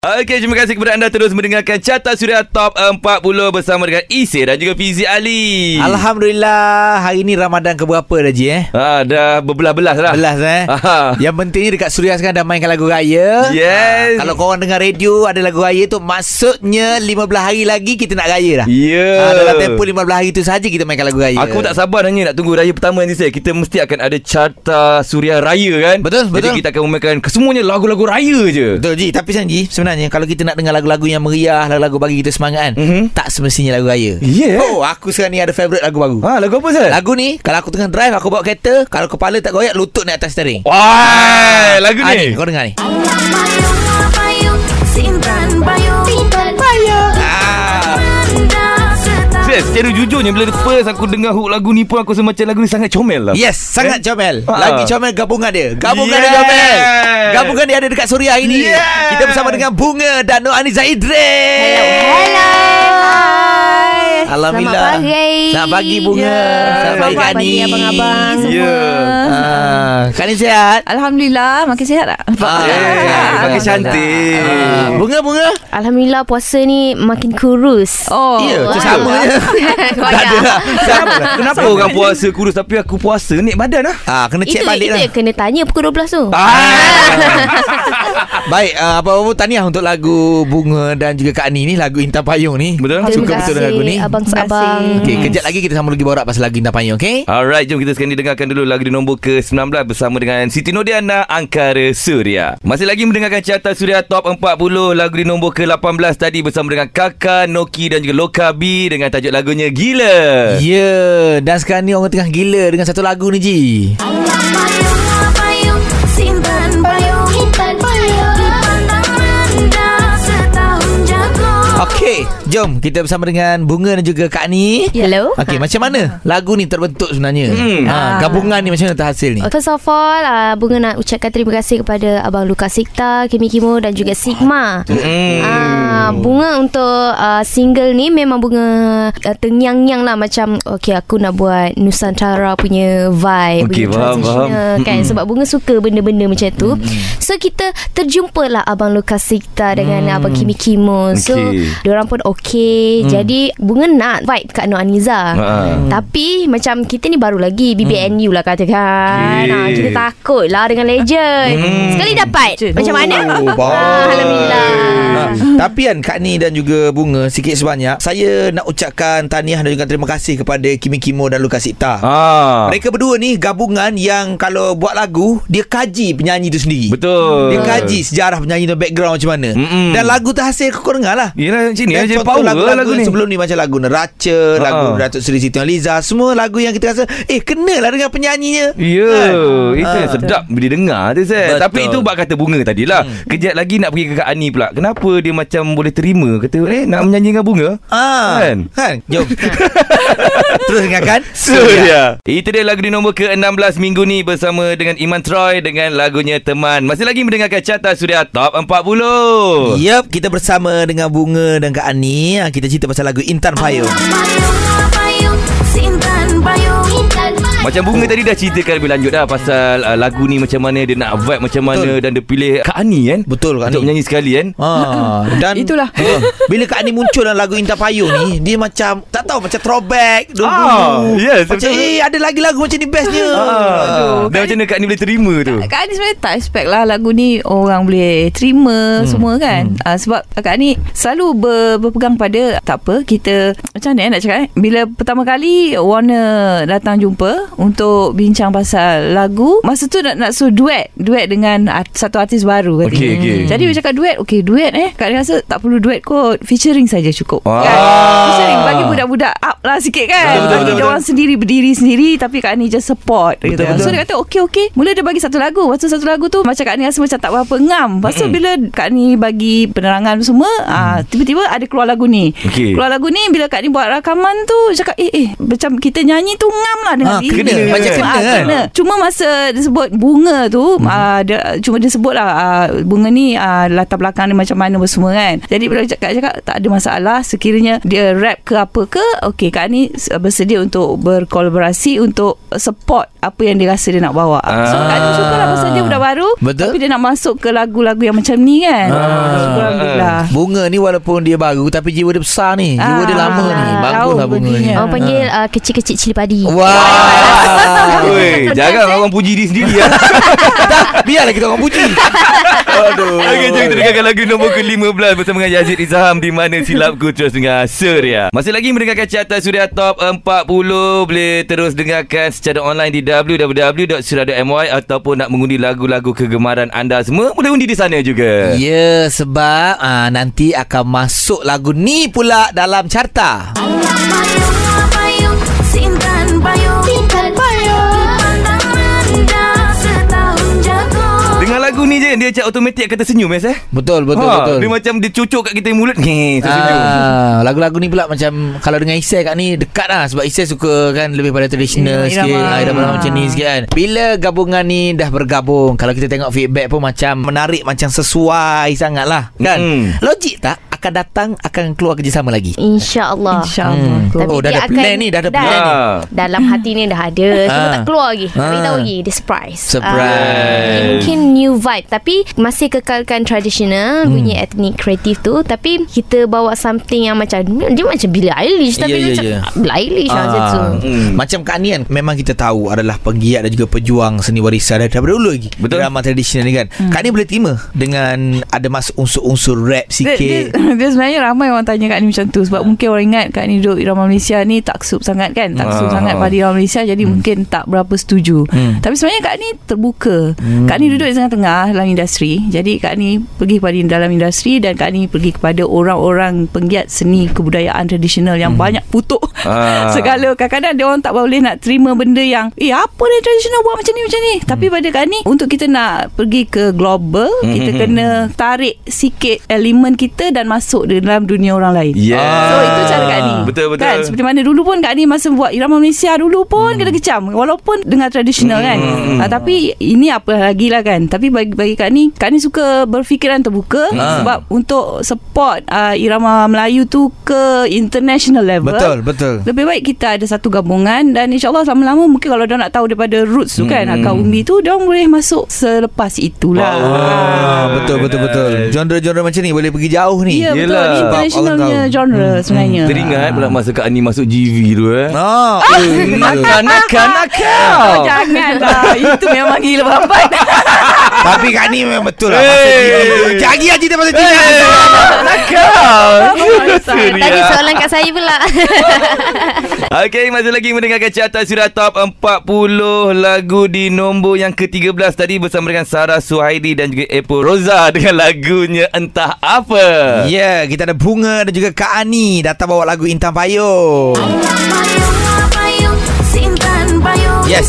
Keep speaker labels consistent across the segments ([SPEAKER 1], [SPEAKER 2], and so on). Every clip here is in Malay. [SPEAKER 1] Okey, terima kasih kepada anda terus mendengarkan Carta Suria Top 40 bersama dengan Isi dan juga Fizi Ali.
[SPEAKER 2] Alhamdulillah Hari ni Ramadan keberapa dah Ji eh
[SPEAKER 1] Ha, dah berbelas-belas lah.
[SPEAKER 2] Belas eh
[SPEAKER 1] Aha.
[SPEAKER 2] Yang pentingnya dekat Suria sekarang Dah mainkan lagu raya
[SPEAKER 1] Yes.
[SPEAKER 2] ha, Kalau korang dengar radio Ada lagu raya tu Maksudnya 15 hari lagi Kita nak raya dah
[SPEAKER 1] Ya.
[SPEAKER 2] ha, Dalam tempoh 15 hari tu saja Kita mainkan lagu raya
[SPEAKER 1] Aku tak sabar hanya nak tunggu raya pertama ni saya. Kita mesti akan ada carta suria raya kan.
[SPEAKER 2] Betul, betul.
[SPEAKER 1] Jadi kita akan memainkan semuanya lagu-lagu raya je.
[SPEAKER 2] Betul Ji Tapi sebenarnya, Ji Sebenarnya Kalau kita nak dengar lagu-lagu yang meriah Lagu-lagu bagi kita semangat kan
[SPEAKER 1] Mhm.
[SPEAKER 2] Tak semestinya lagu raya
[SPEAKER 1] Ya.
[SPEAKER 2] Oh aku sekarang ni ada favourite lagu baru
[SPEAKER 1] Ha, lagu apa Sal?
[SPEAKER 2] Lagu ni Kalau aku tengah drive Aku bawa kereta Kalau kepala tak goyak Lutut naik atas steering
[SPEAKER 1] Wah, lagu
[SPEAKER 2] Ah,
[SPEAKER 1] ni.
[SPEAKER 2] Kau dengar Oh, ni Ah.
[SPEAKER 1] Sis, secara jujurnya bila first aku dengar hook lagu ni pun aku rasa macam lagu ni sangat comel lah.
[SPEAKER 2] Yes Sangat comel
[SPEAKER 1] Ah.
[SPEAKER 2] Lagi comel gabungan dia Gabungan
[SPEAKER 1] Yes.
[SPEAKER 2] dia comel Gabungan dia ada dekat Suria hari ni
[SPEAKER 1] Yes.
[SPEAKER 2] Kita bersama dengan Bunga Dan Nur Aniza Idris Hello
[SPEAKER 3] Hai.
[SPEAKER 2] Alhamdulillah.
[SPEAKER 3] Selamat pagi.
[SPEAKER 2] Selamat pagi, Bunga.
[SPEAKER 3] Ya.
[SPEAKER 2] Selamat pagi,
[SPEAKER 3] Selamat pagi
[SPEAKER 2] Kani.
[SPEAKER 3] abang-abang semua.
[SPEAKER 1] Ya.
[SPEAKER 2] ah, Kak ni sihat
[SPEAKER 3] Alhamdulillah makin sihat tak?
[SPEAKER 2] Ah,
[SPEAKER 1] Eh, ya, Makin
[SPEAKER 2] Ah.
[SPEAKER 1] cantik.
[SPEAKER 2] Ah, Bunga Bunga
[SPEAKER 4] Alhamdulillah puasa ni makin kurus.
[SPEAKER 3] Oh.
[SPEAKER 2] Ya
[SPEAKER 3] Wah.
[SPEAKER 2] tu sama je Tak ada lah Sama lah
[SPEAKER 1] Kenapa orang puasa kurus tapi aku puasa naik badan ah?
[SPEAKER 2] Ah, kena cek
[SPEAKER 4] Itu, itu
[SPEAKER 2] balik lah
[SPEAKER 4] yang kena tanya pukul 12 tu.
[SPEAKER 2] Ah.
[SPEAKER 1] Ah,
[SPEAKER 2] Baik, uh, apa-apa pun tahniah untuk lagu Bunga dan juga Kak Ani ni Lagu Intan Payung ni
[SPEAKER 1] Betul.
[SPEAKER 4] Terima
[SPEAKER 2] Suka betul
[SPEAKER 4] kasih
[SPEAKER 2] lagu ni
[SPEAKER 4] abang
[SPEAKER 3] Terima
[SPEAKER 4] Sabang.
[SPEAKER 3] kasih.
[SPEAKER 2] Okay, kejap lagi kita sambung lagi borak pasal lagu Intan Payung, okay?
[SPEAKER 1] Alright, jom kita sekarang dengarkan dulu lagu di nombor ke-19 bersama dengan Siti Nodiana Angkara Suria. Masih lagi mendengarkan carta Suria Top 40 lagu di nombor ke-18 tadi bersama dengan Kaka, Noki dan juga Loka B dengan tajuk lagunya Gila.
[SPEAKER 2] Ya, yeah, dan sekarang ni orang tengah gila dengan satu lagu ni, Ji. Okey, jom kita bersama dengan Bunga dan juga Kak Ani.
[SPEAKER 4] Hello.
[SPEAKER 2] Okey, macam mana lagu ni terbentuk sebenarnya? Hmm. Ha,
[SPEAKER 4] Ah.
[SPEAKER 2] gabungan ni macam mana terhasil ni?
[SPEAKER 4] First of all, uh, Bunga nak ucapkan terima kasih kepada Abang Lukas Sikta, Kimi Kimo dan juga Sigma.
[SPEAKER 1] Hmm.
[SPEAKER 4] Ah, bunga untuk uh, single ni memang bunga uh, tengyang-nyang lah macam okay aku nak buat Nusantara punya vibe
[SPEAKER 1] Okey,
[SPEAKER 4] punya
[SPEAKER 1] faham,
[SPEAKER 4] transitional
[SPEAKER 1] faham.
[SPEAKER 4] kan
[SPEAKER 1] Mm-mm.
[SPEAKER 4] sebab bunga suka benda-benda macam tu so kita terjumpa lah abang Lukas Sikta dengan
[SPEAKER 1] Mm.
[SPEAKER 4] abang Kimi Kimo so
[SPEAKER 1] Okey.
[SPEAKER 4] diorang pun
[SPEAKER 1] Mm.
[SPEAKER 4] okay jadi bunga nak vibe kat Nur
[SPEAKER 1] Ha.
[SPEAKER 4] Aniza
[SPEAKER 2] Hmm.
[SPEAKER 4] tapi macam kita ni baru lagi BBNU lah katakan
[SPEAKER 1] Okey.
[SPEAKER 4] ha, kita takut lah dengan legend
[SPEAKER 2] Hmm.
[SPEAKER 4] sekali dapat macam mana
[SPEAKER 1] Oh,
[SPEAKER 2] Oh,
[SPEAKER 4] Ah, Alhamdulillah
[SPEAKER 2] Ha, tapi kan Kak Ni dan juga Bunga sikit sebanyak saya nak ucapkan tahniah dan juga terima kasih kepada Kimi Kimo dan Lukas Sikta.
[SPEAKER 1] Ah.
[SPEAKER 2] Mereka berdua ni gabungan yang kalau buat lagu dia kaji penyanyi tu sendiri.
[SPEAKER 1] Betul.
[SPEAKER 2] Dia kaji sejarah penyanyi dan background macam mana.
[SPEAKER 1] Mm-mm.
[SPEAKER 2] Dan lagu terhasil kau dengar lah.
[SPEAKER 1] Yelah macam ni
[SPEAKER 2] Dan
[SPEAKER 1] aja
[SPEAKER 2] contoh
[SPEAKER 1] power lagu,
[SPEAKER 2] lagu-lagu
[SPEAKER 1] lagu ni.
[SPEAKER 2] sebelum ni macam lagu Neraca, uh-huh. lagu
[SPEAKER 1] Ha.
[SPEAKER 2] Datuk Seri Siti Nurhaliza, semua lagu yang kita rasa eh kenalah dengan penyanyinya.
[SPEAKER 1] Ya, itu
[SPEAKER 2] Ah.
[SPEAKER 1] yang sedap bila dengar tu Zed.
[SPEAKER 2] Betul.
[SPEAKER 1] Tapi itu bak kata bunga tadi lah. Hmm. Kejap lagi nak pergi ke Kak Ani pula. Kenapa dia macam boleh terima kata eh nak menyanyi dengan bunga?
[SPEAKER 2] Ah,
[SPEAKER 1] Kan?
[SPEAKER 2] kan? kan? Jom. Terus dengarkan. Ya.
[SPEAKER 1] Surya. Itu dia lagu di nombor ke-16 minggu ni bersama dengan Iman Troy dengan lagunya Teman. Masih lagi mendengarkan Carta Suria Top 40.
[SPEAKER 2] Yep, kita bersama dengan Bunga dan Kak Ani. Ah, Kita cerita pasal lagu Intan Payung.
[SPEAKER 1] Ah. Macam Bunga tadi dah ceritakan lebih lanjut dah pasal uh, lagu ni macam mana dia nak vibe macam mana dan dia pilih Kak Ani kan?
[SPEAKER 2] Betul, Kak
[SPEAKER 1] Untuk
[SPEAKER 2] Ani.
[SPEAKER 1] menyanyi sekali kan?
[SPEAKER 2] Ah, dan
[SPEAKER 3] Itulah.
[SPEAKER 2] Ah, bila Kak Ani muncul dalam lagu Intan Payung ni, dia macam tak tahu macam throwback dulu.
[SPEAKER 1] Ah, yes,
[SPEAKER 2] macam
[SPEAKER 1] betul.
[SPEAKER 2] eh ada lagi lagu macam ni bestnya.
[SPEAKER 1] Ah, dan macam mana Kak Ani boleh terima tu?
[SPEAKER 3] Kak Ani sebenarnya tak expect lah lagu ni orang boleh terima hmm. semua kan. Hmm. Uh, sebab Kak Ani selalu ber, berpegang pada tak apa kita macam mana eh nak cakap eh. Bila pertama kali Warner datang jumpa untuk bincang pasal lagu. Masa tu nak, nak suruh duet. Duet dengan art, satu artis baru. Kak Ani.
[SPEAKER 1] Okey, okey.
[SPEAKER 3] Jadi dia cakap duet. Okay duet eh. Kak Ani rasa tak perlu duet kot. Featuring saja cukup.
[SPEAKER 1] Ah.
[SPEAKER 3] Kan? Featuring bagi budak-budak up lah sikit kan.
[SPEAKER 2] Betul, betul,
[SPEAKER 3] Kita
[SPEAKER 2] betul,
[SPEAKER 3] orang sendiri berdiri sendiri tapi Kak Ani just support. Betul,
[SPEAKER 2] betul.
[SPEAKER 3] So dia kata okey okey Mula dia bagi satu lagu Lepas tu satu lagu tu Macam Kak Ni rasa macam tak berapa ngam Lepas tu bila Kak Ni bagi penerangan semua
[SPEAKER 2] Mm.
[SPEAKER 3] ah, Tiba-tiba ada keluar lagu ni
[SPEAKER 1] Okey.
[SPEAKER 3] Keluar lagu ni Bila Kak Ni buat rakaman tu Cakap eh eh Macam kita nyanyi tu ngam lah dengan
[SPEAKER 2] Ah,
[SPEAKER 3] diri
[SPEAKER 2] kena.
[SPEAKER 3] dia.
[SPEAKER 2] Macam
[SPEAKER 3] Ah,
[SPEAKER 2] kena kan?
[SPEAKER 3] Cuma masa dia sebut bunga tu
[SPEAKER 2] Mhm.
[SPEAKER 3] ah, dia, Cuma dia sebut lah ah, Bunga ni ah, latar belakang dia macam mana semua kan Jadi bila Kak cakap tak ada masalah Sekiranya dia rap ke apa ke Okey Kak Ni bersedia untuk berkolaborasi Untuk support apa yang dia rasa dia nak bawa
[SPEAKER 1] Ah.
[SPEAKER 3] So Kak Ni syukur lah pasal dia budak baru
[SPEAKER 2] Betul.
[SPEAKER 3] Tapi dia nak masuk ke lagu-lagu yang macam ni kan
[SPEAKER 2] Ah.
[SPEAKER 3] Syukur Alhamdulillah
[SPEAKER 2] Bunga ni walaupun dia baru Tapi jiwa dia besar ni Jiwa dia
[SPEAKER 3] Ah,
[SPEAKER 2] lama ni Bagus lah
[SPEAKER 3] tahu
[SPEAKER 2] bunga ni
[SPEAKER 3] bunyinya.
[SPEAKER 4] Orang panggil uh, kecil-kecil cili padi.
[SPEAKER 2] Wow
[SPEAKER 1] Oi, jangan lah, orang puji diri sendiri ya.
[SPEAKER 2] Biarlah kita orang puji Aduh
[SPEAKER 1] Okey, jom kita dengarkan lagu nombor ke-15 bersama dengan Yazid Izham di mana silapku terus dengan Surya. Masih lagi mendengarkan carta Surya Top 40. Boleh terus dengarkan secara online di www.surya.my ataupun nak mengundi lagu-lagu kegemaran anda semua. Boleh undi di sana juga.
[SPEAKER 2] Ya sebab uh, nanti akan masuk lagu ni pula dalam carta.
[SPEAKER 1] Dengan lagu ni je dia cak automatik akan tersenyum Mes eh.
[SPEAKER 2] Betul betul
[SPEAKER 1] Ha,
[SPEAKER 2] betul.
[SPEAKER 1] Dia macam dia cucuk kat kita mulut. Ni tersenyum.
[SPEAKER 2] Ah, lagu-lagu ni pula macam kalau dengan Isai kat ni dekat lah sebab Isai suka kan lebih pada traditional
[SPEAKER 3] Irama-
[SPEAKER 2] sikit.
[SPEAKER 3] irama.
[SPEAKER 2] Ah, irama macam ni sikit kan. Bila gabungan ni dah bergabung kalau kita tengok feedback pun macam menarik macam sesuai sangat lah kan.
[SPEAKER 1] Mm.
[SPEAKER 2] Logik tak akan datang akan keluar kerjasama lagi.
[SPEAKER 4] InsyaAllah.
[SPEAKER 3] InsyaAllah
[SPEAKER 2] Hmm.
[SPEAKER 3] kot.
[SPEAKER 2] Oh, dah ada
[SPEAKER 4] dia akan-
[SPEAKER 2] plan ni, dah ada plan
[SPEAKER 1] ni.
[SPEAKER 4] Dalam hati ni dah ada Cuma
[SPEAKER 2] Ah.
[SPEAKER 4] tak keluar lagi
[SPEAKER 2] Ah.
[SPEAKER 4] Tapi tahu lagi Dia surprise
[SPEAKER 2] Surprise.
[SPEAKER 4] Ah, Mungkin new vibe Tapi masih kekalkan tradisional hmm. Bunyi etnik kreatif tu Tapi kita bawa something yang macam Dia macam Billie Eilish Tapi
[SPEAKER 2] Ya, ya,
[SPEAKER 4] macam
[SPEAKER 2] ya.
[SPEAKER 4] Billie Eilish lah macam tu
[SPEAKER 1] Hmm.
[SPEAKER 2] Hmm. Macam Kak Ni kan Memang kita tahu Adalah penggiat dan juga pejuang Seni warisan Dari dulu lagi
[SPEAKER 1] Betul.
[SPEAKER 2] Drama tradisional ni kan hmm. Kak Ni boleh terima Dengan ada masuk unsur-unsur rap
[SPEAKER 3] Dia, dia,
[SPEAKER 2] sikit
[SPEAKER 3] dia sebenarnya ramai orang tanya Kak Ni macam tu
[SPEAKER 1] Ah.
[SPEAKER 3] Sebab mungkin orang ingat Kak Ni duduk irama Malaysia ni Tak sub sangat kan Tak sub
[SPEAKER 1] Ah. Hmm.
[SPEAKER 3] sangat pada irama Malaysia Jadi mungkin tak berapa setuju Tapi sebenarnya Kak Ni terbuka
[SPEAKER 1] Hmm.
[SPEAKER 3] Kak Ni duduk di tengah-tengah Dalam industri Jadi Kak Ni pergi kepada dalam industri Dan Kak Ni pergi kepada orang-orang Penggiat seni kebudayaan tradisional Yang banyak kutuk
[SPEAKER 1] Hmm. Ah.
[SPEAKER 3] Segala Kadang-kadang dia orang tak boleh nak terima benda yang Eh apa ni tradisional buat macam ni macam ni Tapi
[SPEAKER 1] Hmm.
[SPEAKER 3] pada Kak Ni Untuk kita nak pergi ke global
[SPEAKER 1] hmm,
[SPEAKER 3] Kita kena tarik sikit elemen kita Dan masuk dalam dunia orang lain
[SPEAKER 1] Yeah.
[SPEAKER 3] So itu cara Kak Ni
[SPEAKER 1] Ya. Betul betul.
[SPEAKER 3] kan? Seperti mana dulu pun Kak Ni Masa buat irama Malaysia dulu pun Kena kecam Walaupun dengan tradisional kan
[SPEAKER 1] Hmm.
[SPEAKER 3] Ah, Tapi ini apa lagi lah kan Tapi bagi, bagi Kak Ni Kak Ni suka berfikiran terbuka
[SPEAKER 2] Ah.
[SPEAKER 3] Sebab untuk support uh, Irama Melayu tu Ke international level
[SPEAKER 2] Betul Betul
[SPEAKER 3] lebih baik kita ada satu gabungan dan insyaallah lama-lama mungkin kalau dia nak tahu daripada roots tu kan
[SPEAKER 2] Hmm.
[SPEAKER 3] akar umbi tu dia orang boleh masuk selepas itulah.
[SPEAKER 1] Wow.
[SPEAKER 2] Ah, Betul betul betul Genre-genre macam ni Boleh pergi jauh ni
[SPEAKER 3] Ya betul
[SPEAKER 1] Yelah.
[SPEAKER 3] ni internationalnya
[SPEAKER 2] Sebab orang tahu. Hmm.
[SPEAKER 3] genre sebenarnya.
[SPEAKER 1] Teringat pula masa Kak Ani masuk GV tu eh.
[SPEAKER 2] Ah, eh, ya.
[SPEAKER 1] Nakal, nakal, nakal.
[SPEAKER 3] Oh, janganlah Itu memang gila bapak
[SPEAKER 2] Tapi Kak Ni memang betul lah
[SPEAKER 1] Hey.
[SPEAKER 2] Masa dia Lagi-lagi dia pasal dia
[SPEAKER 1] Nakal.
[SPEAKER 4] Tadi
[SPEAKER 2] ya.
[SPEAKER 4] soalan kat saya pula
[SPEAKER 2] Ha.
[SPEAKER 1] Okey, masih lagi mendengarkan carta Surya Top 40 lagu di nombor yang ke-13 tadi bersama dengan Sarah Suhaidi dan juga Epo Roza dengan lagunya Entah Apa.
[SPEAKER 2] Ya yeah, kita ada Bunga dan juga Kak Ani Datang bawa lagu Intan Payung Yes.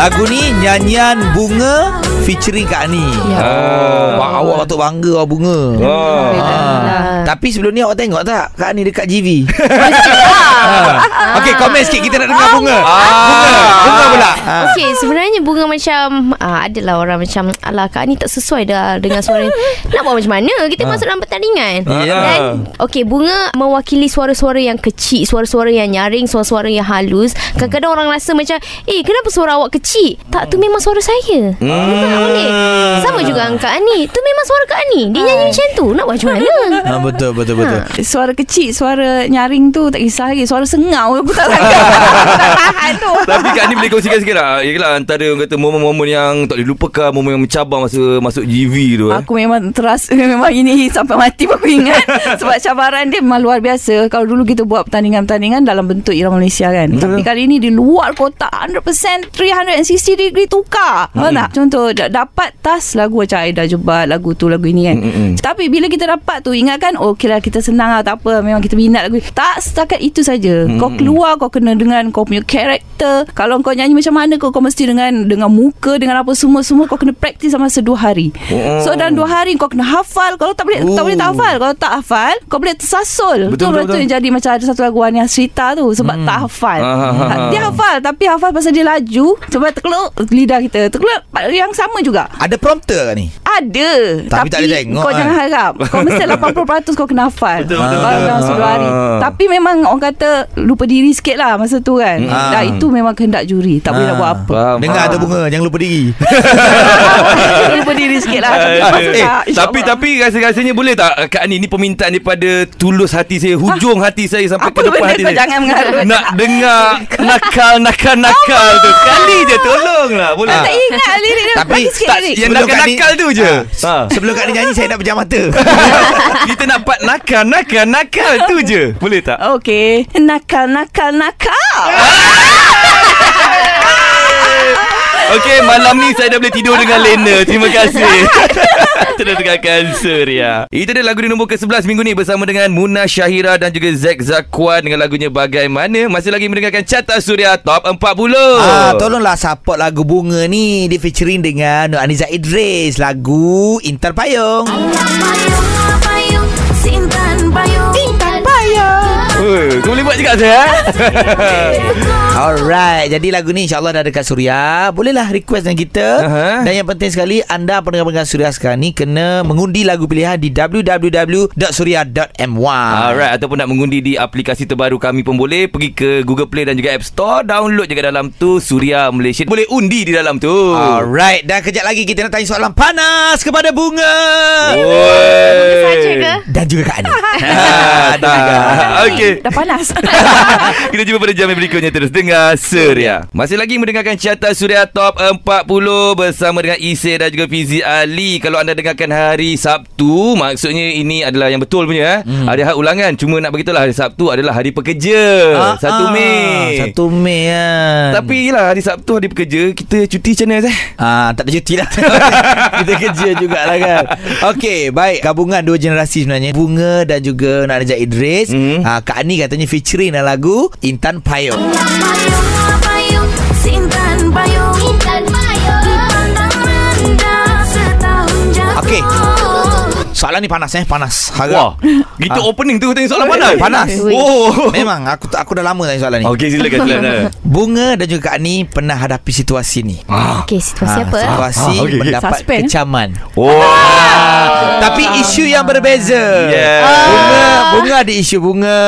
[SPEAKER 2] Lagu ni nyanyian Bunga featuring Kak Ani.
[SPEAKER 3] Ya.
[SPEAKER 2] Oh, wah, awak patut bangga awak bunga.
[SPEAKER 1] Oh.
[SPEAKER 3] lah.
[SPEAKER 2] Ah. Tapi sebelum ni awak tengok tak Kak Ani dekat GV
[SPEAKER 3] lah.
[SPEAKER 2] ah. Okay komen sikit Kita nak dengar bunga
[SPEAKER 1] Ah.
[SPEAKER 2] Bunga Bunga pula ah.
[SPEAKER 4] Okay sebenarnya bunga macam ah, Adalah orang macam Alah Kak ni tak sesuai dah Dengan suara ni." Nak buat macam mana
[SPEAKER 2] Ha.
[SPEAKER 4] Kita masuk dalam pertandingan
[SPEAKER 1] Ah.
[SPEAKER 4] Dan Okay bunga mewakili suara-suara yang kecil Suara-suara yang nyaring Suara-suara yang halus Kadang-kadang orang rasa macam Eh kenapa suara awak kecil Tak tu memang suara saya
[SPEAKER 2] Hmm.
[SPEAKER 4] Bukan
[SPEAKER 1] Hmm.
[SPEAKER 4] tak boleh Sama juga dengan Kak Ani Tu memang suara Kak Ani Dia nyanyi
[SPEAKER 2] Ha.
[SPEAKER 4] macam tu Nak buat macam mana
[SPEAKER 2] Ah, Betul betul betul
[SPEAKER 3] Suara kecil Suara nyaring tu Tak kisah lagi Suara sengau Aku tak sangka Aku tak tahan tu
[SPEAKER 1] Tapi Kak Ani boleh kongsikan sikit lah Yelah antara orang kata momen-momen yang tak boleh lupakan Momen yang mencabar masa masuk GV tu eh.
[SPEAKER 3] Aku memang teras Memang ini sampai mati pun aku ingat Sebab cabaran dia memang luar biasa Kalau dulu kita buat pertandingan-pertandingan Dalam bentuk irama Malaysia kan Tapi kali ini di luar kotak 100% 360 degree tukar Faham tak? Contoh da- dapat tas lagu macam Aida Jebat Lagu tu lagu ini kan
[SPEAKER 1] Hmm, hmm, hmm.
[SPEAKER 3] Tapi bila kita dapat tu Ingatkan oh, okay lah kita senang lah Tak apa memang kita minat lagu ni. Tak setakat itu saja Kau keluar kau kena dengan kau punya karakter Kalau kau nyanyi macam mana kau, kau mesti dengan dengan muka Dengan apa semua-semua Kau kena practice masa 2 hari
[SPEAKER 1] Oh.
[SPEAKER 3] So dalam 2 hari kau kena hafal Kalau tak boleh tak
[SPEAKER 2] Ooh.
[SPEAKER 3] boleh tak hafal Kalau tak hafal kau boleh tersasul
[SPEAKER 1] Betul, betul,
[SPEAKER 3] Tu lepas tu
[SPEAKER 1] betul.
[SPEAKER 3] yang jadi macam ada satu lagu Wania Srita tu Sebab tak hafal
[SPEAKER 1] Ah, ah, ah, ah.
[SPEAKER 3] Dia hafal tapi hafal pasal dia laju Sebab terkeluk lidah kita Terkeluk yang sama juga
[SPEAKER 2] Ada prompter Kak ni
[SPEAKER 3] ada
[SPEAKER 2] Tapi tak boleh tengok,
[SPEAKER 3] Kau
[SPEAKER 2] kan?
[SPEAKER 3] jangan harap Kau mesti 80% terus kau kena hafal
[SPEAKER 5] Betul,
[SPEAKER 3] Baru
[SPEAKER 5] betul,
[SPEAKER 1] betul.
[SPEAKER 3] dalam 10 hari
[SPEAKER 1] Ah.
[SPEAKER 3] tapi memang orang kata lupa diri sikit lah masa tu kan
[SPEAKER 1] Hmm.
[SPEAKER 3] dah itu memang kehendak juri tak boleh nak
[SPEAKER 2] Ah.
[SPEAKER 3] buat apa
[SPEAKER 1] Faham.
[SPEAKER 2] Dengar ada bunga Jangan lupa diri
[SPEAKER 3] lupa diri sikit lah
[SPEAKER 1] Eh,
[SPEAKER 3] Masa
[SPEAKER 1] eh,
[SPEAKER 3] tak, insya
[SPEAKER 1] tapi
[SPEAKER 3] Allah.
[SPEAKER 1] tapi rasa-rasanya boleh tak Kak Ani ni permintaan daripada tulus hati saya hujung hati saya sampai
[SPEAKER 3] apa
[SPEAKER 1] ke depan
[SPEAKER 3] benda
[SPEAKER 1] hati
[SPEAKER 3] kau
[SPEAKER 1] saya.
[SPEAKER 3] jangan mengarut
[SPEAKER 1] Nak dengar nakal nakal nakal tu kali je tolonglah boleh.
[SPEAKER 3] tak ingat lirik dia
[SPEAKER 2] Tapi ya-
[SPEAKER 3] bagi sikit
[SPEAKER 1] tak yang
[SPEAKER 3] lirik
[SPEAKER 2] Sebelum
[SPEAKER 1] nakal
[SPEAKER 2] Kak Ani-
[SPEAKER 1] nakal tu je. Ha.
[SPEAKER 2] Ah, Sebelum Kak Ani nyanyi Saya nak pejam mata
[SPEAKER 1] Kita nak part nakal nakal nakal tu je. Boleh tak?
[SPEAKER 3] Okey. Nakal, nakal, nakal.
[SPEAKER 2] Ah.
[SPEAKER 1] Okey, malam ni saya dah boleh tidur dengan Lena. Terima kasih. Terus dengarkan Surya. Itu dia lagu di nombor ke-11 minggu ni bersama dengan Muna Syahira dan juga Zack Zakwan dengan lagunya Bagaimana. Masih lagi mendengarkan Carta Surya Top 40.
[SPEAKER 2] ah, Tolonglah support lagu Bunga ni Dia featuring dengan Nur Aniza Idris Lagu Intan Payung
[SPEAKER 6] Payung, simpan payung, simpan payung.
[SPEAKER 1] Oi, kau boleh buat juga saya.
[SPEAKER 2] Alright Jadi lagu ni insyaAllah dah dekat Suria Bolehlah request dengan kita
[SPEAKER 1] Aha.
[SPEAKER 2] Dan yang penting sekali Anda pendengar-pendengar Suria sekarang ni Kena mengundi lagu pilihan di www.suria.my
[SPEAKER 1] Alright, ataupun nak mengundi di aplikasi terbaru kami pun boleh. Pergi ke Google Play dan juga App Store. Download juga dalam tu Surya Malaysia. Boleh undi di dalam tu.
[SPEAKER 2] Alright Dan kejap lagi kita nak tanya soalan panas Kepada Bunga
[SPEAKER 1] Oh. Oi.
[SPEAKER 4] Saja ke?
[SPEAKER 2] Dan juga Kak Ani
[SPEAKER 1] Ah,
[SPEAKER 2] Ada juga.
[SPEAKER 1] tak. Okey.
[SPEAKER 3] Dah panas.
[SPEAKER 1] Kita jumpa pada jam yang berikutnya Terus dengar Suria Masih lagi mendengarkan Carta Suria Top 40 Bersama dengan Ise dan juga Fizi Ali Kalau anda dengarkan hari Sabtu Maksudnya ini adalah yang betul punya eh? hmm. Hari hak ulangan Cuma nak beritahulah Hari Sabtu adalah hari pekerja
[SPEAKER 2] Ah, ah,
[SPEAKER 1] Satu Mei
[SPEAKER 2] Satu Mei kan
[SPEAKER 1] Tapi lah hari Sabtu hari pekerja Kita cuti macam mana Azah?
[SPEAKER 2] Ah, tak ada cuti lah Kita kerja jugalah kan Okay baik Gabungan dua generasi sebenarnya Bunga dan juga Nak Rejak Idris
[SPEAKER 1] Hmm.
[SPEAKER 2] mm. ah, Kak Ani katanya featuring dalam lagu Intan Payung
[SPEAKER 6] Payung, payung, simpan payung, simpan payung. Dipandang rendah setahun jatuh.
[SPEAKER 2] Okey. Soalan ni panas eh Panas
[SPEAKER 1] Wah
[SPEAKER 2] Harap
[SPEAKER 1] Gitu
[SPEAKER 2] Ah.
[SPEAKER 1] opening tu Tanya soalan panas
[SPEAKER 2] Panas.
[SPEAKER 1] Oh
[SPEAKER 2] Memang aku aku dah lama tanya soalan ni
[SPEAKER 1] Okey silakan silakan
[SPEAKER 2] Bunga dan juga Kak Ani Pernah hadapi situasi ni
[SPEAKER 4] Okey,
[SPEAKER 2] Ah,
[SPEAKER 4] situasi apa?
[SPEAKER 2] Situasi
[SPEAKER 1] Ah, okey.
[SPEAKER 2] mendapat
[SPEAKER 3] Suspend, eh?
[SPEAKER 2] kecaman
[SPEAKER 1] Wah
[SPEAKER 2] Tapi isu yang berbeza
[SPEAKER 1] Yeah.
[SPEAKER 2] Bunga Bunga ada isu bunga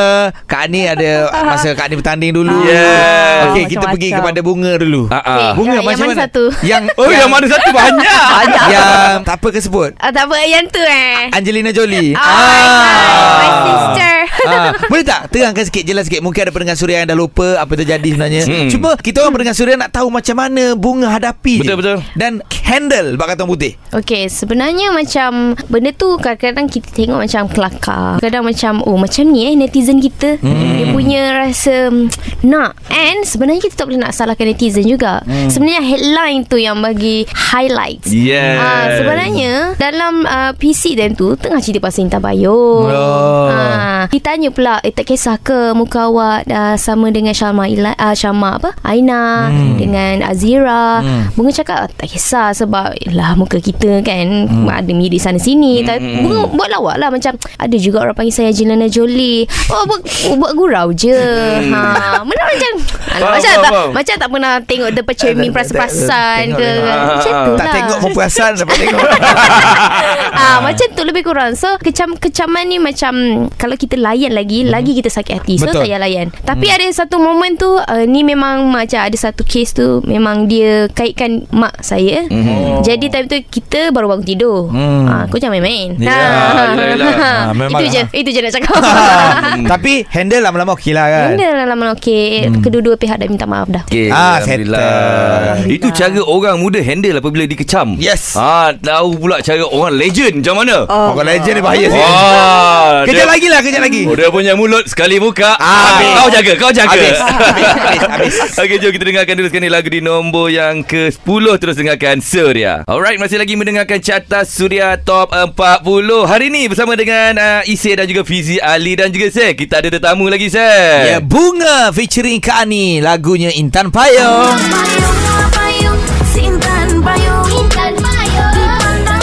[SPEAKER 2] Kak Ani ada Masa Kak Ani bertanding dulu
[SPEAKER 1] Yeah.
[SPEAKER 2] Okay kita
[SPEAKER 3] Macam-macam.
[SPEAKER 2] pergi kepada bunga dulu
[SPEAKER 1] Ah, ah.
[SPEAKER 4] Okey. Yang- yang mana satu?
[SPEAKER 2] Yang
[SPEAKER 1] Oh yang mana satu banyak
[SPEAKER 2] Banyak Yang tak apa ke sebut
[SPEAKER 4] Ah, tak apa, yang tu eh.
[SPEAKER 2] Angelina Jolie
[SPEAKER 4] Oh my God, my sister.
[SPEAKER 2] Ah, boleh tak terangkan sikit jelas sikit Mungkin ada pendengar suria yang dah lupa Apa terjadi sebenarnya
[SPEAKER 1] Hmm.
[SPEAKER 2] hmm. Cuma kita orang pendengar suria Nak tahu macam mana Bunga hadapi je.
[SPEAKER 1] Betul, betul.
[SPEAKER 2] Dan handle Bak kata putih
[SPEAKER 4] Okey, sebenarnya macam benda tu kadang-kadang kita tengok macam kelakar. Kadang macam oh macam ni eh netizen kita. Hmm. Dia punya rasa mm, nak. And sebenarnya kita tak boleh nak salahkan netizen juga. Hmm. Sebenarnya headline tu yang bagi highlights.
[SPEAKER 1] Yes.
[SPEAKER 4] Ah, sebenarnya dalam uh, PC dan tu tengah cerita pasal Intan Bayung.
[SPEAKER 2] Oh.
[SPEAKER 4] Ah, ditanya pula eh tak kisah ke muka awak uh, sama dengan Syalma Ila, uh, Syalma apa? Aina hmm. dengan Azira. Hmm. Bunga cakap "Ah, tak kisah sebab eh, lah muka kita kan hmm. ada mirip sana sini. Hmm. Bunga buat lawak lah macam ada juga orang panggil saya Angelina Jolie. Oh buat, buat gurau je. ha, mana macam alah,
[SPEAKER 1] Faham,
[SPEAKER 4] macam
[SPEAKER 1] faham,
[SPEAKER 4] tak
[SPEAKER 1] faham.
[SPEAKER 4] macam tak pernah tengok depan cermin perasan-perasan ke. Macam tu
[SPEAKER 2] Tak
[SPEAKER 4] lah.
[SPEAKER 2] tengok pun perasan Dapat tengok
[SPEAKER 4] Ah, macam tu lebih kurang. So kecam kecaman ni macam kalau kita layan lagi hmm. lagi kita sakit hati. So
[SPEAKER 2] Mhm. Betul. Mhm.
[SPEAKER 4] tak payah layan. Tapi ada satu momen tu uh, ni memang macam ada satu case tu memang dia kaitkan mak saya.
[SPEAKER 2] Mhm.
[SPEAKER 4] Hmm. Jadi time tu kita baru bangun tidur. Hmm. Ah, kau jangan main-main.
[SPEAKER 2] Ya,
[SPEAKER 1] yelah, yelah.
[SPEAKER 2] Ah, memang
[SPEAKER 4] itu je.
[SPEAKER 2] lah.
[SPEAKER 4] Itu je nak cakap.
[SPEAKER 2] Tapi handle lama-lama okey lah kan
[SPEAKER 4] Benda lah lama okey. Hmm. Kedua-dua pihak dah minta maaf dah.
[SPEAKER 1] Okay,
[SPEAKER 2] Ah,
[SPEAKER 1] Alhamdulillah.
[SPEAKER 2] settle.
[SPEAKER 1] Itu cara orang muda handle apabila dikecam.
[SPEAKER 2] Yes.
[SPEAKER 1] Ah, tahu pula cara orang legend macam mana.
[SPEAKER 2] Orang legend ni bahaya sih
[SPEAKER 1] Wah. Oh,
[SPEAKER 2] Kejap
[SPEAKER 1] dia-
[SPEAKER 2] lagi lah Kejap lagi
[SPEAKER 1] Oh, dia punya mulut sekali buka.
[SPEAKER 2] Ah.
[SPEAKER 1] habis. Kau jaga, kau jaga.
[SPEAKER 2] Habis Habis Habis, habis.
[SPEAKER 1] Okey, jom kita dengarkan dulu sekali lagu di nombor yang ke-10 terus dengarkan Surya. Alright, masih lagi mendengarkan carta Surya Top 40. Hari ni bersama dengan uh, Isi dan juga Fizi Ali dan juga Seh. Kita ada tetamu lagi Seh.
[SPEAKER 2] Ya Bunga featuring Kak Ani Lagunya Intan Payung
[SPEAKER 6] Payung, payung, simpan payung, simpan payung. Dipandang rendah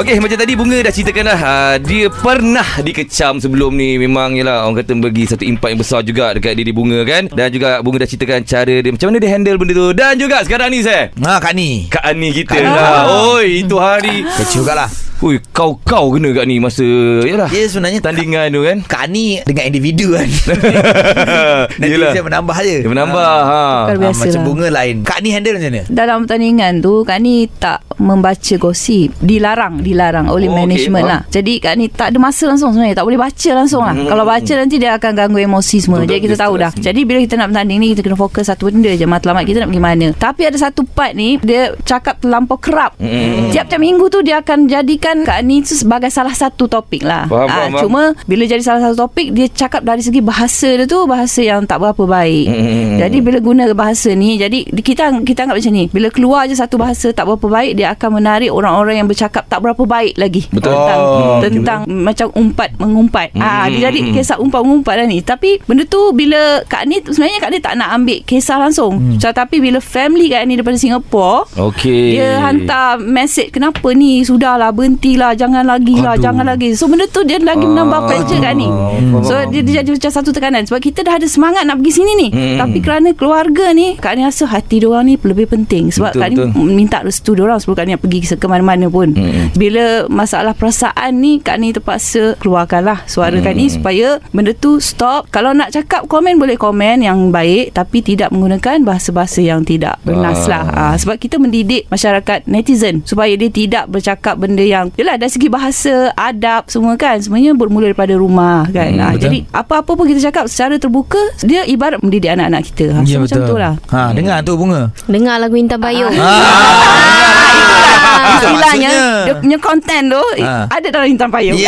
[SPEAKER 1] Okey macam tadi Bunga dah ceritakan lah uh, Dia pernah dikecam sebelum ni Memang yelah Orang kata bagi satu impak yang besar juga Dekat diri Bunga kan Dan juga Bunga dah ceritakan cara dia Macam mana dia handle benda tu Dan juga sekarang ni saya
[SPEAKER 2] Ha Kak ni
[SPEAKER 1] Kak Ani kita lah Oi itu hari
[SPEAKER 2] Kecil jugalah
[SPEAKER 1] Ui kau-kau kena Kak Ani masa Yelah
[SPEAKER 3] Ya.
[SPEAKER 2] Dia sebenarnya
[SPEAKER 1] Tandingan tu kan
[SPEAKER 2] Kak ni dengan individu kan Nanti
[SPEAKER 1] Yelah
[SPEAKER 2] saya menambah je
[SPEAKER 1] Dia menambah ha.
[SPEAKER 2] ha,
[SPEAKER 3] Bukan biasa
[SPEAKER 2] Macam
[SPEAKER 3] lah.
[SPEAKER 2] bunga lain Kak ni handle macam mana?
[SPEAKER 3] dalam pertandingan tu Kak Ni tak membaca gosip dilarang dilarang oleh
[SPEAKER 1] Oh,
[SPEAKER 3] oh,
[SPEAKER 1] okey.
[SPEAKER 3] management
[SPEAKER 1] Faham.
[SPEAKER 3] lah jadi Kak Ni tak ada masa langsung sebenarnya tak boleh baca langsung lah
[SPEAKER 1] Hmm.
[SPEAKER 3] kalau baca nanti dia akan ganggu emosi semua
[SPEAKER 1] Betul,
[SPEAKER 3] jadi kita
[SPEAKER 1] betul. lah
[SPEAKER 3] tahu dah jadi bila kita nak bertanding ni kita kena fokus satu benda je matlamat kita nak pergi mana tapi ada satu part ni dia cakap terlampau kerap
[SPEAKER 1] Hmm.
[SPEAKER 3] tiap-tiap minggu tu dia akan jadikan Kak Ni tu sebagai salah satu topik lah
[SPEAKER 1] Faham,
[SPEAKER 3] Ah,
[SPEAKER 1] faham, faham.
[SPEAKER 3] cuma bila jadi salah satu topik dia cakap dari segi bahasa dia tu bahasa yang tak berapa baik
[SPEAKER 1] Hmm.
[SPEAKER 3] jadi bila guna bahasa ni jadi kita kita anggap macam ni bila keluar je satu bahasa tak berapa baik dia akan menarik orang-orang yang bercakap tak berapa baik lagi
[SPEAKER 1] Betul.
[SPEAKER 3] tentang
[SPEAKER 2] Oh,
[SPEAKER 3] tentang macam umpat mengumpat ah
[SPEAKER 1] Hmm.
[SPEAKER 3] dia jadi kisah umpat mengumpat lah ni tapi benda tu bila Kak Ni sebenarnya Kak Ni tak nak ambil kisah langsung tetapi bila family Kak Ni daripada Singapura
[SPEAKER 1] Hmm. Okey
[SPEAKER 3] dia hantar mesej kenapa ni sudahlah berhentilah jangan lagi lah
[SPEAKER 1] Aduh.
[SPEAKER 3] jangan lagi so benda tu dia lagi
[SPEAKER 1] Ah.
[SPEAKER 3] menambah pressure kat ni
[SPEAKER 1] Hmm.
[SPEAKER 3] so dia, dia jadi macam satu tekanan sebab kita dah ada semangat nak pergi sini ni
[SPEAKER 1] Hmm.
[SPEAKER 3] tapi kerana keluarga ni Kak Ni rasa hati diorang ni lebih penting sebab
[SPEAKER 1] Betul,
[SPEAKER 3] Kak Ni
[SPEAKER 1] betul.
[SPEAKER 3] minta restu diorang sebelum Kak Ni nak pergi se- ke mana-mana pun
[SPEAKER 1] Hmm.
[SPEAKER 3] bila masalah perasaan ni Kak Ni terpaksa keluarkanlah suara Kak Ni supaya benda tu stop kalau nak cakap komen boleh komen yang baik tapi tidak menggunakan bahasa-bahasa yang tidak bernas lah Ah, sebab kita mendidik masyarakat netizen supaya dia tidak bercakap benda yang yelah dari segi bahasa adab semua kan semuanya bermula daripada rumah kan Ah,
[SPEAKER 2] betul.
[SPEAKER 3] jadi apa-apa pun kita cakap secara terbuka dia ibarat mendidik anak-anak kita ha, so, macam tu lah
[SPEAKER 2] Ha dengar tu bunga
[SPEAKER 4] Dengar lagu Intan Bayung
[SPEAKER 2] Ha
[SPEAKER 3] Ah,
[SPEAKER 2] Itu maksudnya.
[SPEAKER 3] Istilahnya
[SPEAKER 2] Ya.
[SPEAKER 3] Dia punya konten tu
[SPEAKER 2] Ah.
[SPEAKER 3] Ada dalam Intan Payung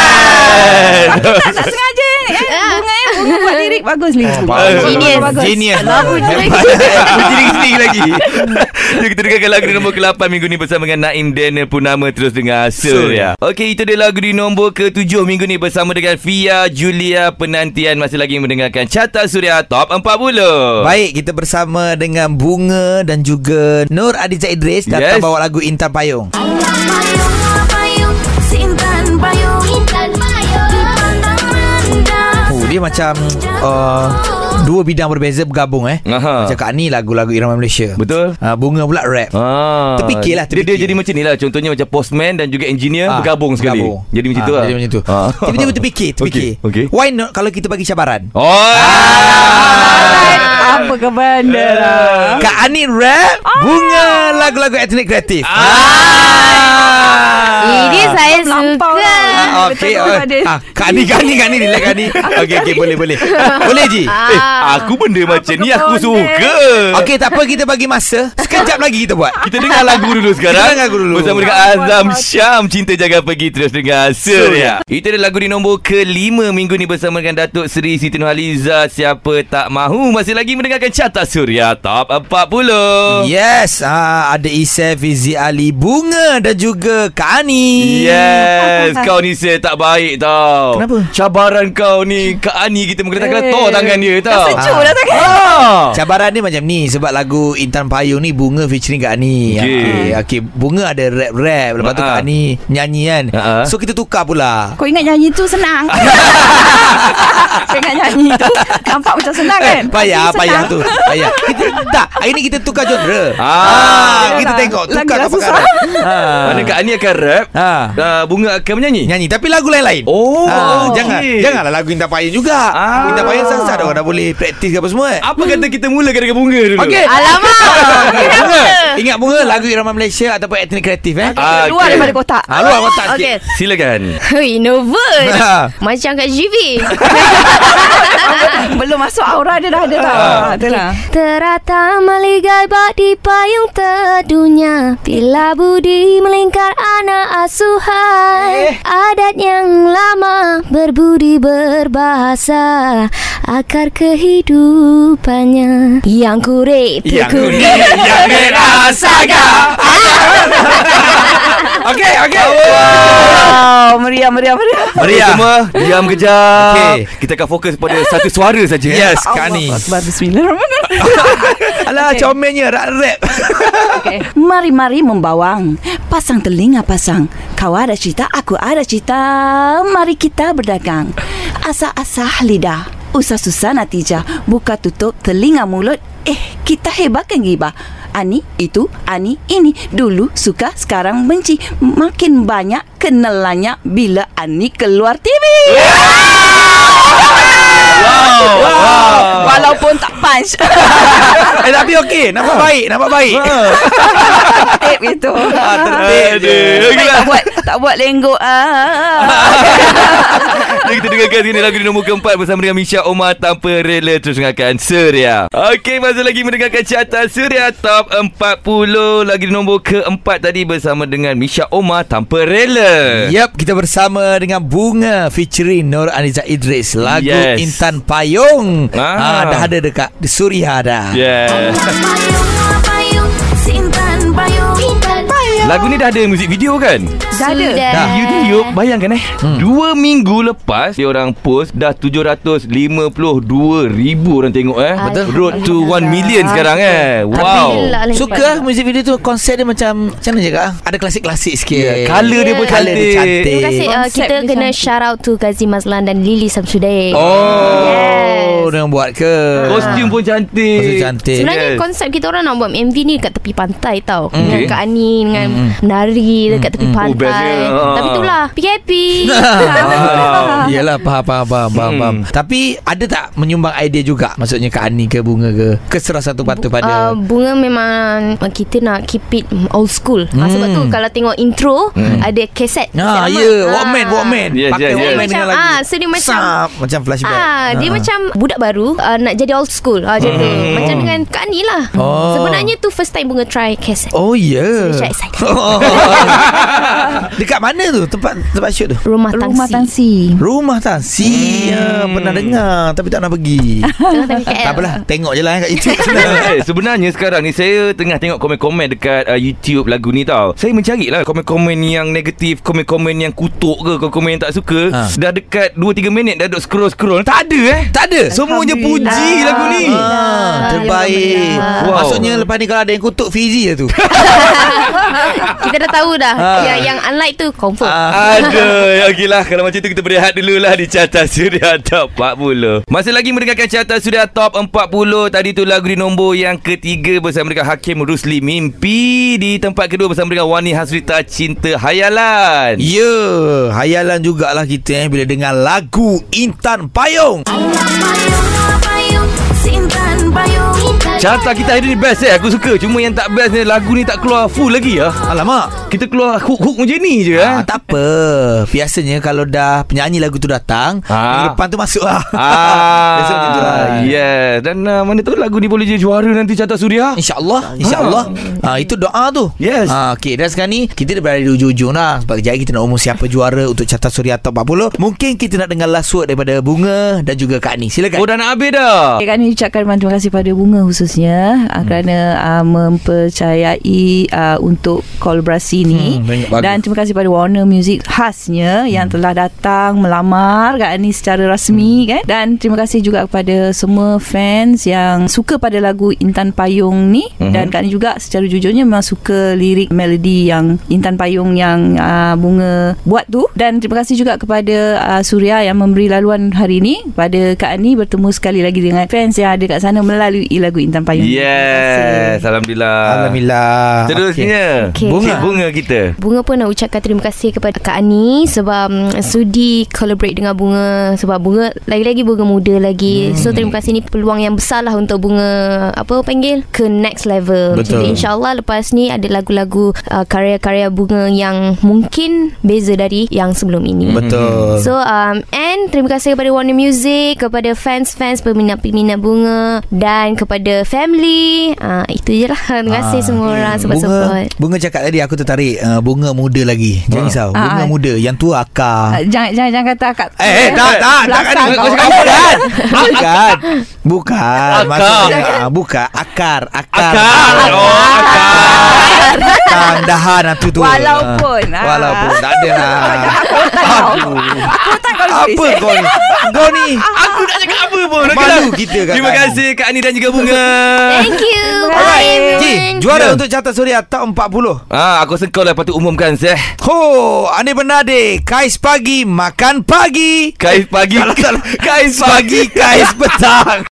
[SPEAKER 2] Yeah
[SPEAKER 3] Aku tak, tak sengaja eh. Bunga eh Bunga buat lirik bagus ni
[SPEAKER 1] bagus.
[SPEAKER 4] Genius.
[SPEAKER 2] Eh, Genius
[SPEAKER 4] Lagu
[SPEAKER 2] Hebat.
[SPEAKER 1] Jadi sendiri lagi Jom kita dengarkan lagu di nombor ke-8 minggu ni Bersama dengan Naim Daniel Purnama Terus dengan Surya Okey itu dia lagu di nombor ke-7 minggu ni Bersama dengan Fia Julia Penantian Masih lagi mendengarkan Carta Surya Top 40 Oh.
[SPEAKER 2] Baik, kita bersama dengan Bunga dan juga Nur Adiza Idris datang
[SPEAKER 1] Yes.
[SPEAKER 2] bawa lagu Intan Payung.
[SPEAKER 6] Payung, payung, Sintan payung Sintan payung Dipandang rendah
[SPEAKER 2] Oh, dia macam uh, dua bidang berbeza bergabung eh.
[SPEAKER 1] Aha.
[SPEAKER 2] Macam Kak Ni lagu-lagu irama Malaysia.
[SPEAKER 1] Ah. Betul.
[SPEAKER 2] Uh, bunga pula rap.
[SPEAKER 1] Ah,
[SPEAKER 2] Terfikirlah,
[SPEAKER 1] Dia, dia
[SPEAKER 2] terfikir.
[SPEAKER 1] jadi macam ni lah Contohnya macam postman Dan juga engineer eh,
[SPEAKER 2] Ah,
[SPEAKER 1] Bergabung sekali
[SPEAKER 2] bergabung.
[SPEAKER 1] Jadi macam
[SPEAKER 2] Ah,
[SPEAKER 1] tu lah
[SPEAKER 2] Jadi macam tu.
[SPEAKER 1] Ah.
[SPEAKER 2] Tiba-tiba terfikir, terfikir.
[SPEAKER 1] Okey, okey.
[SPEAKER 2] Why not kalau kita bagi cabaran?
[SPEAKER 1] Oh
[SPEAKER 3] Apa ke benda
[SPEAKER 2] Eh.
[SPEAKER 3] lah
[SPEAKER 1] Ah.
[SPEAKER 2] Kak Ani rap, bunga lagu-lagu etnik kreatif.
[SPEAKER 1] Ah.
[SPEAKER 4] Eh,
[SPEAKER 2] Ah.
[SPEAKER 4] dia saya
[SPEAKER 3] Melampau
[SPEAKER 4] suka
[SPEAKER 3] lah.
[SPEAKER 2] Ah, Okey.
[SPEAKER 3] Betul-betul ada.
[SPEAKER 2] Ah, Kak Ani, Kak Ani, Kak Ani, relax Kak Ani. Okey, okey, boleh, boleh. Boleh Ji.
[SPEAKER 1] Eh, aku benda macam ni aku
[SPEAKER 3] kebondel?
[SPEAKER 1] suka.
[SPEAKER 2] Okey, tak apa kita bagi masa. Sekejap lagi kita buat.
[SPEAKER 1] Kita dengar lagu dulu sekarang
[SPEAKER 2] Kita dengar lagu dulu.
[SPEAKER 1] Bersama dengan Azam Syam Cinta Jaga Pergi Terus dengan Surya Itu dia lagu di nombor kelima minggu ni Bersama dengan Datuk Seri Siti Nurhaliza Siapa Tak Mahu Masih lagi mendengarkan Carta Surya Top 40
[SPEAKER 2] Yes, ah, ada Isai Fizi Ali Bunga dan juga Kak Ani.
[SPEAKER 1] Yes Kau ni saya tak baik tau
[SPEAKER 2] Kenapa?
[SPEAKER 1] Cabaran kau ni Kak Ani kita menggetar-getar
[SPEAKER 3] Eh,
[SPEAKER 1] hey. tangan dia tau
[SPEAKER 3] dah sejuk
[SPEAKER 1] Ah.
[SPEAKER 3] dah tangan.
[SPEAKER 1] Ah.
[SPEAKER 2] Cabaran dia macam ni sebab lagu Intan Payung ni Bunga featuring Kak Ani.
[SPEAKER 1] Okey. Ah.
[SPEAKER 2] okay. Bunga ada rap-rap lepas tu
[SPEAKER 1] Ha-ha.
[SPEAKER 2] Kak Ani nyanyi kan.
[SPEAKER 1] Ha-ha.
[SPEAKER 2] So kita tukar pula.
[SPEAKER 3] Kau ingat nyanyi tu senang Kau ingat nyanyi tu Nampak macam senang kan
[SPEAKER 2] Eh, payah,
[SPEAKER 3] Tapi
[SPEAKER 2] payah
[SPEAKER 3] senang.
[SPEAKER 2] tu. Payah. Kita, tak, hari ni kita tukar genre.
[SPEAKER 1] Ah,
[SPEAKER 2] kita
[SPEAKER 3] iyalah.
[SPEAKER 2] tengok tukar
[SPEAKER 3] Lagilah
[SPEAKER 2] apa
[SPEAKER 3] susah.
[SPEAKER 2] perkara.
[SPEAKER 1] Mana Kak Ani akan rap
[SPEAKER 2] Ha.
[SPEAKER 1] ah, Bunga akan menyanyi
[SPEAKER 2] Nyanyi tapi lagu lain-lain.
[SPEAKER 1] Oh,
[SPEAKER 2] Ah,
[SPEAKER 1] okey.
[SPEAKER 2] jangan janganlah lagu Intan Payung juga.
[SPEAKER 1] Ah.
[SPEAKER 2] Intan Payung sah-sah dah orang dah boleh praktis apa semua. eh.
[SPEAKER 1] Apa kata kita mulakan dengan bunga dulu?
[SPEAKER 2] Okey.
[SPEAKER 4] Alamak
[SPEAKER 2] Bunga. Ingat bunga lagu irama Malaysia ataupun etnik kreatif eh.
[SPEAKER 1] Ah,
[SPEAKER 3] Dia Keluar
[SPEAKER 1] okey.
[SPEAKER 3] daripada kotak
[SPEAKER 2] Ah, luar kotak sikit.
[SPEAKER 4] Okay
[SPEAKER 1] Silakan.
[SPEAKER 4] Hei nervous
[SPEAKER 1] Ah.
[SPEAKER 2] Ha.
[SPEAKER 4] Macam kat GV
[SPEAKER 3] Belum masuk aura dia dah ada tau Ah, Itulah
[SPEAKER 4] Terata meligai bak di payung teduhnya Bila budi melingkar anak asuhan Adat yang lama berbudi berbahasa Akar kehidupannya Yang kurik
[SPEAKER 1] Yang kuning, yang merah saga.
[SPEAKER 2] Okay okay
[SPEAKER 3] Wow, meriah, meriah, meriah.
[SPEAKER 1] Mari
[SPEAKER 2] Meriah.
[SPEAKER 1] semua diam kejap.
[SPEAKER 2] Okey.
[SPEAKER 1] Kita akan fokus pada satu suara saja. eh.
[SPEAKER 2] Yes Kak ni
[SPEAKER 3] Akbar, Bismillahirrahmanirrahim.
[SPEAKER 2] Alah
[SPEAKER 3] Okay.
[SPEAKER 2] comelnya Rap rap
[SPEAKER 3] Okay. Mari-mari membawang Pasang telinga pasang Kau ada cita, aku ada cita Mari kita berdagang Asah-asah lidah Usah susah natija Buka tutup telinga mulut Eh, kita hebatkan gibah Ani itu, Ani ini Dulu suka, sekarang benci Makin banyak kenalannya Bila Ani keluar TV
[SPEAKER 2] Wow,
[SPEAKER 3] Walaupun tak punch
[SPEAKER 2] eh, Tapi okey Nampak baik Nampak baik
[SPEAKER 3] Tip gitu
[SPEAKER 1] Aduh.
[SPEAKER 3] Baik, Tak buat, tak buat lenggok ah.
[SPEAKER 1] Jadi kita dengarkan sini lagu di nombor keempat bersama dengan Misha Omar tanpa rela terus dengarkan Suria. Okey, masa lagi mendengarkan carta Suria Top 40 lagi di nombor keempat tadi bersama dengan Misha Omar tanpa rela.
[SPEAKER 2] Yap, kita bersama dengan Bunga featuring Nur Aniza Idris lagu
[SPEAKER 1] Yes.
[SPEAKER 2] Intan Payung.
[SPEAKER 1] Ah.
[SPEAKER 2] Ah. dah ada dekat di Suria dah.
[SPEAKER 1] Yeah.
[SPEAKER 6] Payung, Sintan payung, Sintan payung.
[SPEAKER 1] Lagu ni dah ada music video kan?
[SPEAKER 3] Dah ada.
[SPEAKER 4] Sudah.
[SPEAKER 2] Dah.
[SPEAKER 1] YouTube bayangkan eh hmm. Dua minggu lepas Dia orang post Dah 752 ribu orang tengok eh
[SPEAKER 4] Betul.
[SPEAKER 1] Road to 1 million sekarang eh Wow
[SPEAKER 4] Alhamdulillah lah hebat.
[SPEAKER 2] Suka ah, muzik video tu konsep dia macam macam mana cakap? ah? Ada klasik-klasik sikit.
[SPEAKER 1] Ya, colour dia pun
[SPEAKER 2] Colour
[SPEAKER 1] cantik.
[SPEAKER 2] dia cantik.
[SPEAKER 4] Terima kasih uh,
[SPEAKER 3] Konsep
[SPEAKER 4] Kita
[SPEAKER 3] dia
[SPEAKER 4] kena
[SPEAKER 3] cantik.
[SPEAKER 4] shout out to Ghazi Mazlan Dan Lily Samsudai
[SPEAKER 2] Oh,
[SPEAKER 4] Yes.
[SPEAKER 2] yes. dia orang buat ke?
[SPEAKER 1] Kostum pun cantik
[SPEAKER 2] Kostum cantik.
[SPEAKER 4] Sebenarnya
[SPEAKER 1] Yes.
[SPEAKER 4] konsep kita orang nak buat MV ni dekat tepi pantai tau. Mm. Dengan
[SPEAKER 1] Okay.
[SPEAKER 4] Kak Ani dengan mm. Oh, Nari dekat tepi pantai.
[SPEAKER 1] bestnya. Ah.
[SPEAKER 4] Tapi itulah PKP.
[SPEAKER 2] Ah, Yelah faham faham faham faham,
[SPEAKER 1] Hmm.
[SPEAKER 2] faham. Tapi ada tak menyumbang idea juga Maksudnya ke Ani ke Bunga ke Keserah satu patu
[SPEAKER 4] Uh,
[SPEAKER 2] pada
[SPEAKER 4] bunga memang uh, kita nak keep it old school. Mm. sebab tu kalau tengok intro mm. ada kaset.
[SPEAKER 2] Hmm. Ah,
[SPEAKER 4] kaset lama.
[SPEAKER 2] ya, yeah, Walkman, Walkman.
[SPEAKER 4] Ah,
[SPEAKER 1] Yes,
[SPEAKER 2] Pakai
[SPEAKER 1] yes, yes.
[SPEAKER 2] Walkman
[SPEAKER 4] Dia
[SPEAKER 2] dengan
[SPEAKER 4] macam,
[SPEAKER 2] lagu.
[SPEAKER 4] ah, so dia macam-
[SPEAKER 2] Sap, macam flashback.
[SPEAKER 4] Ah, dia
[SPEAKER 2] Ah. Hmm.
[SPEAKER 4] macam budak baru uh, nak jadi old school. Ah, macam tu. Macam dengan Kak Ani lah.
[SPEAKER 2] Oh.
[SPEAKER 4] Sebenarnya tu first time bunga try kaset.
[SPEAKER 2] Oh ya.
[SPEAKER 4] So,
[SPEAKER 2] Yeah.
[SPEAKER 4] Syed Syed.
[SPEAKER 2] Dekat mana tu tempat tempat shoot tu?
[SPEAKER 4] Rumah Tangsi. Rumah Tangsi.
[SPEAKER 2] Rumah tak? Si hmm. pernah dengar tapi tak nak pergi. tak apalah, tengok je lah eh, kat YouTube.
[SPEAKER 4] lah.
[SPEAKER 1] eh, sebenarnya sekarang ni saya tengah tengok komen-komen dekat uh, YouTube lagu ni tau. Saya mencari lah komen-komen yang negatif, komen-komen yang kutuk ke, komen-komen yang tak suka.
[SPEAKER 2] Ha.
[SPEAKER 1] Dah dekat 2-3 minit dah duk scroll-scroll. Tak ada eh.
[SPEAKER 2] tak ada.
[SPEAKER 1] Semuanya puji lagu ni.
[SPEAKER 2] Ah, terbaik.
[SPEAKER 1] Wow.
[SPEAKER 2] Wow. Maksudnya lepas ni kalau ada yang kutuk Fizi je tu.
[SPEAKER 4] Kita dah tahu dah.
[SPEAKER 2] Ah.
[SPEAKER 4] Ya, yang unlike tu confirm.
[SPEAKER 1] Aduh, okeylah kalau macam tu kita berehat dululah di carta Suria Top 40. Masih lagi mendengarkan carta Suria Top 40. Tadi tu lagu di nombor yang ketiga bersama dengan Hakim Rusli Mimpi di tempat kedua bersama dengan Wani Hasrita Cinta Hayalan.
[SPEAKER 2] Ya, yeah, hayalan jugalah kita eh bila dengar lagu Intan Payung.
[SPEAKER 6] Payung, Sintan payung, Sintan
[SPEAKER 1] Carta kita hari ni best eh Aku suka Cuma yang tak best ni Lagu ni tak keluar full lagi lah
[SPEAKER 2] Alamak.
[SPEAKER 1] Kita keluar hook-hook macam ni je
[SPEAKER 2] Ah,
[SPEAKER 1] ah,
[SPEAKER 2] tak apa. Biasanya kalau dah penyanyi lagu tu datang,
[SPEAKER 1] Ah.
[SPEAKER 2] minggu depan tu masuk lah. Biasa macam tu lah.
[SPEAKER 1] Ah, yes. Dan uh, mana tu lagu ni boleh jadi juara nanti carta suria.
[SPEAKER 2] InsyaAllah InsyaAllah ha. Itu doa tu
[SPEAKER 1] Ah. Yes.
[SPEAKER 2] ha, Okay dan sekarang ni Kita dah berada di ujung-ujung lah Sebab kejap lagi kita nak umum siapa juara Untuk carta suri atau 40 Mungkin kita nak dengar last word Daripada Bunga Dan juga Kak Ni Silakan
[SPEAKER 1] Oh dah nak habis dah.
[SPEAKER 3] Okay, kami ucapkan terima kasih pada Bunga khususnya uh, kerana uh, mempercayai uh, untuk kolaborasi ni.
[SPEAKER 2] Hmm, banyak bagus.
[SPEAKER 1] Ah.
[SPEAKER 2] Hmm.
[SPEAKER 3] Dan terima kasih pada Warner Music khasnya yang telah datang melamar Kak Ani secara rasmi kan. Dan terima kasih juga kepada semua fans yang suka pada lagu Intan Payung ni
[SPEAKER 1] Mhm.
[SPEAKER 2] Hmm.
[SPEAKER 3] dan Kak Ani juga secara jujurnya memang suka lirik melodi yang Intan Payung yang uh, Bunga buat tu. Dan terima kasih juga kepada uh, Surya yang memberi laluan hari ni pada Kak Ani bertemu sekali lagi dengan fans yang ada kat sana melalui lagu Intan Payung. ni. Terima kasih.
[SPEAKER 1] Yes, alhamdulillah. Ah,
[SPEAKER 2] Alhamdulillah
[SPEAKER 1] Terusnya okay.
[SPEAKER 4] Okey.
[SPEAKER 1] bunga
[SPEAKER 4] Bunga.
[SPEAKER 1] bunga kita.
[SPEAKER 4] Bunga pun nak ucapkan terima kasih kepada Kak Ani sebab mm, sudi collaborate dengan Bunga sebab Bunga lagi-lagi Bunga muda lagi. Hmm. So terima kasih ni peluang yang besar lah untuk Bunga apa panggil ke next level.
[SPEAKER 2] Betul.
[SPEAKER 4] Jadi insyaAllah lepas ni ada lagu-lagu uh, karya-karya Bunga yang mungkin beza dari yang sebelum
[SPEAKER 1] Hmm.
[SPEAKER 4] ini.
[SPEAKER 2] Betul
[SPEAKER 4] So um, And terima kasih kepada Warner Music Kepada fans-fans Peminat-peminat bunga Dan kepada family uh, Itu je lah Terima
[SPEAKER 2] Ah.
[SPEAKER 4] kasih semua orang Sebab
[SPEAKER 2] Bunga,
[SPEAKER 4] support
[SPEAKER 2] bunga cakap tadi aku tertarik uh, Bunga muda lagi Jangan risau Bunga
[SPEAKER 3] Ah.
[SPEAKER 2] muda Yang tua
[SPEAKER 3] Ah,
[SPEAKER 2] akar
[SPEAKER 3] jangan jangan jangan kata akak.
[SPEAKER 2] Eh, eh tak tak tak
[SPEAKER 3] Belakang
[SPEAKER 2] kan
[SPEAKER 3] kau.
[SPEAKER 2] bukan bukan bukan
[SPEAKER 1] Akar.
[SPEAKER 2] maksudnya ah, bukan akar akar
[SPEAKER 1] Akar. Oh, akar.
[SPEAKER 2] Tang dahan lah tu tu
[SPEAKER 3] Walaupun,
[SPEAKER 2] Ah.
[SPEAKER 3] ah.
[SPEAKER 2] Walaupun Tak ada lah Aduh
[SPEAKER 3] tak kau
[SPEAKER 2] Apa
[SPEAKER 3] serius?
[SPEAKER 2] kau ni Kau ni
[SPEAKER 1] Aku nak cakap apa pun
[SPEAKER 2] Malu
[SPEAKER 1] Okeylah.
[SPEAKER 2] kita kat
[SPEAKER 1] Terima
[SPEAKER 2] Kak Ani.
[SPEAKER 1] kasih Kak Ani dan juga Bunga Eh.
[SPEAKER 4] Thank you
[SPEAKER 3] Alright.
[SPEAKER 4] Bye
[SPEAKER 2] Ji
[SPEAKER 4] everyone.
[SPEAKER 2] Juara
[SPEAKER 1] Ya.
[SPEAKER 2] untuk carta suria Top 40
[SPEAKER 1] Ah, Aku rasa kau lah patut umumkan Seh
[SPEAKER 2] Ho Andi Bernade Kais pagi Makan pagi
[SPEAKER 1] Kais pagi Kais pagi Kais petang